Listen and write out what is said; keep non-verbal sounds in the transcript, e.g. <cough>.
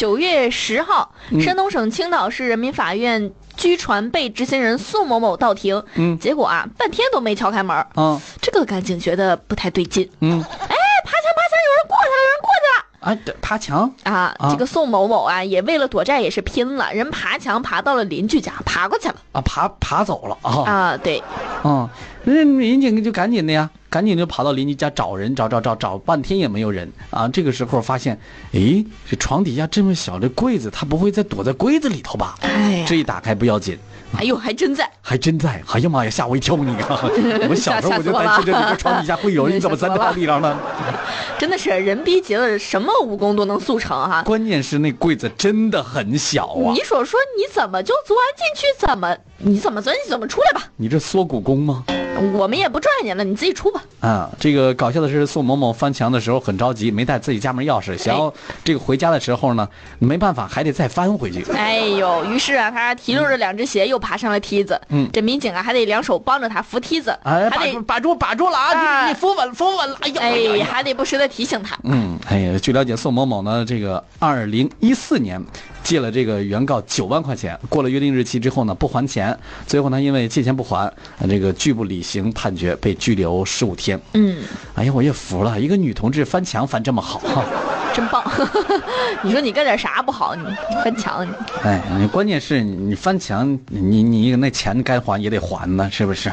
九月十号，嗯山东省青岛市人民法院拘传被执行人宋某某到庭，嗯结果啊，半天都没敲开门儿，啊这个干警觉得不太对劲，哎爬嗯，墙爬墙，有人过去了，有人过去了。啊，这爬墙啊，啊这个宋某某啊，也为了躲债也是拼了，人爬墙爬到了邻居家，爬过去了啊，爬爬走了啊啊。对，啊，那民警就赶紧的呀，赶紧就跑到邻居家找人，找找找找半天也没有人啊。这个时候发现，诶，这床底下这么小的柜子，他不会再躲在柜子里头吧？哎呀这，一打开不要紧，哎呦，还真在，还真在！哎呀妈呀，吓我一跳！你 <laughs> 看，我小时候我就担心这这个床底下会有人，你怎么钻到地上呢？真的是人逼急了，什么武功都能速成哈、关键是那柜子真的很小啊你！所说你怎么就钻进去？怎么你怎么钻进去？怎么出来吧？你这缩骨功吗？我们也不拽你了，你自己出吧。啊，这个搞笑的是，宋某某翻墙的时候很着急，没带自己家门哎钥匙，想要这个回家的时候呢，没办法，还得再翻回去。哎呦，于是啊，他提溜着两只鞋又爬上了梯子。嗯这民警啊还得两手帮着他扶梯子，哎，把还住，得把住，把住了啊！啊你你扶稳，扶稳了！哎呀，哎呀哎呀！还得不时的提醒他。嗯，哎呀，据了解，宋某某呢，这个二零一四年借了这个原告九万块钱，过了约定日期之后呢，不还钱，最后呢，因为借钱不还，呃这个拒不履行判决，被拘留十五天。嗯，哎呀，我也服了，一个女同志翻墙翻这么好哈、真棒。 <laughs> 你说你干点啥不好？你翻墙你。哎，你关键是你你翻墙，你你那钱该还也得还呢，是不是？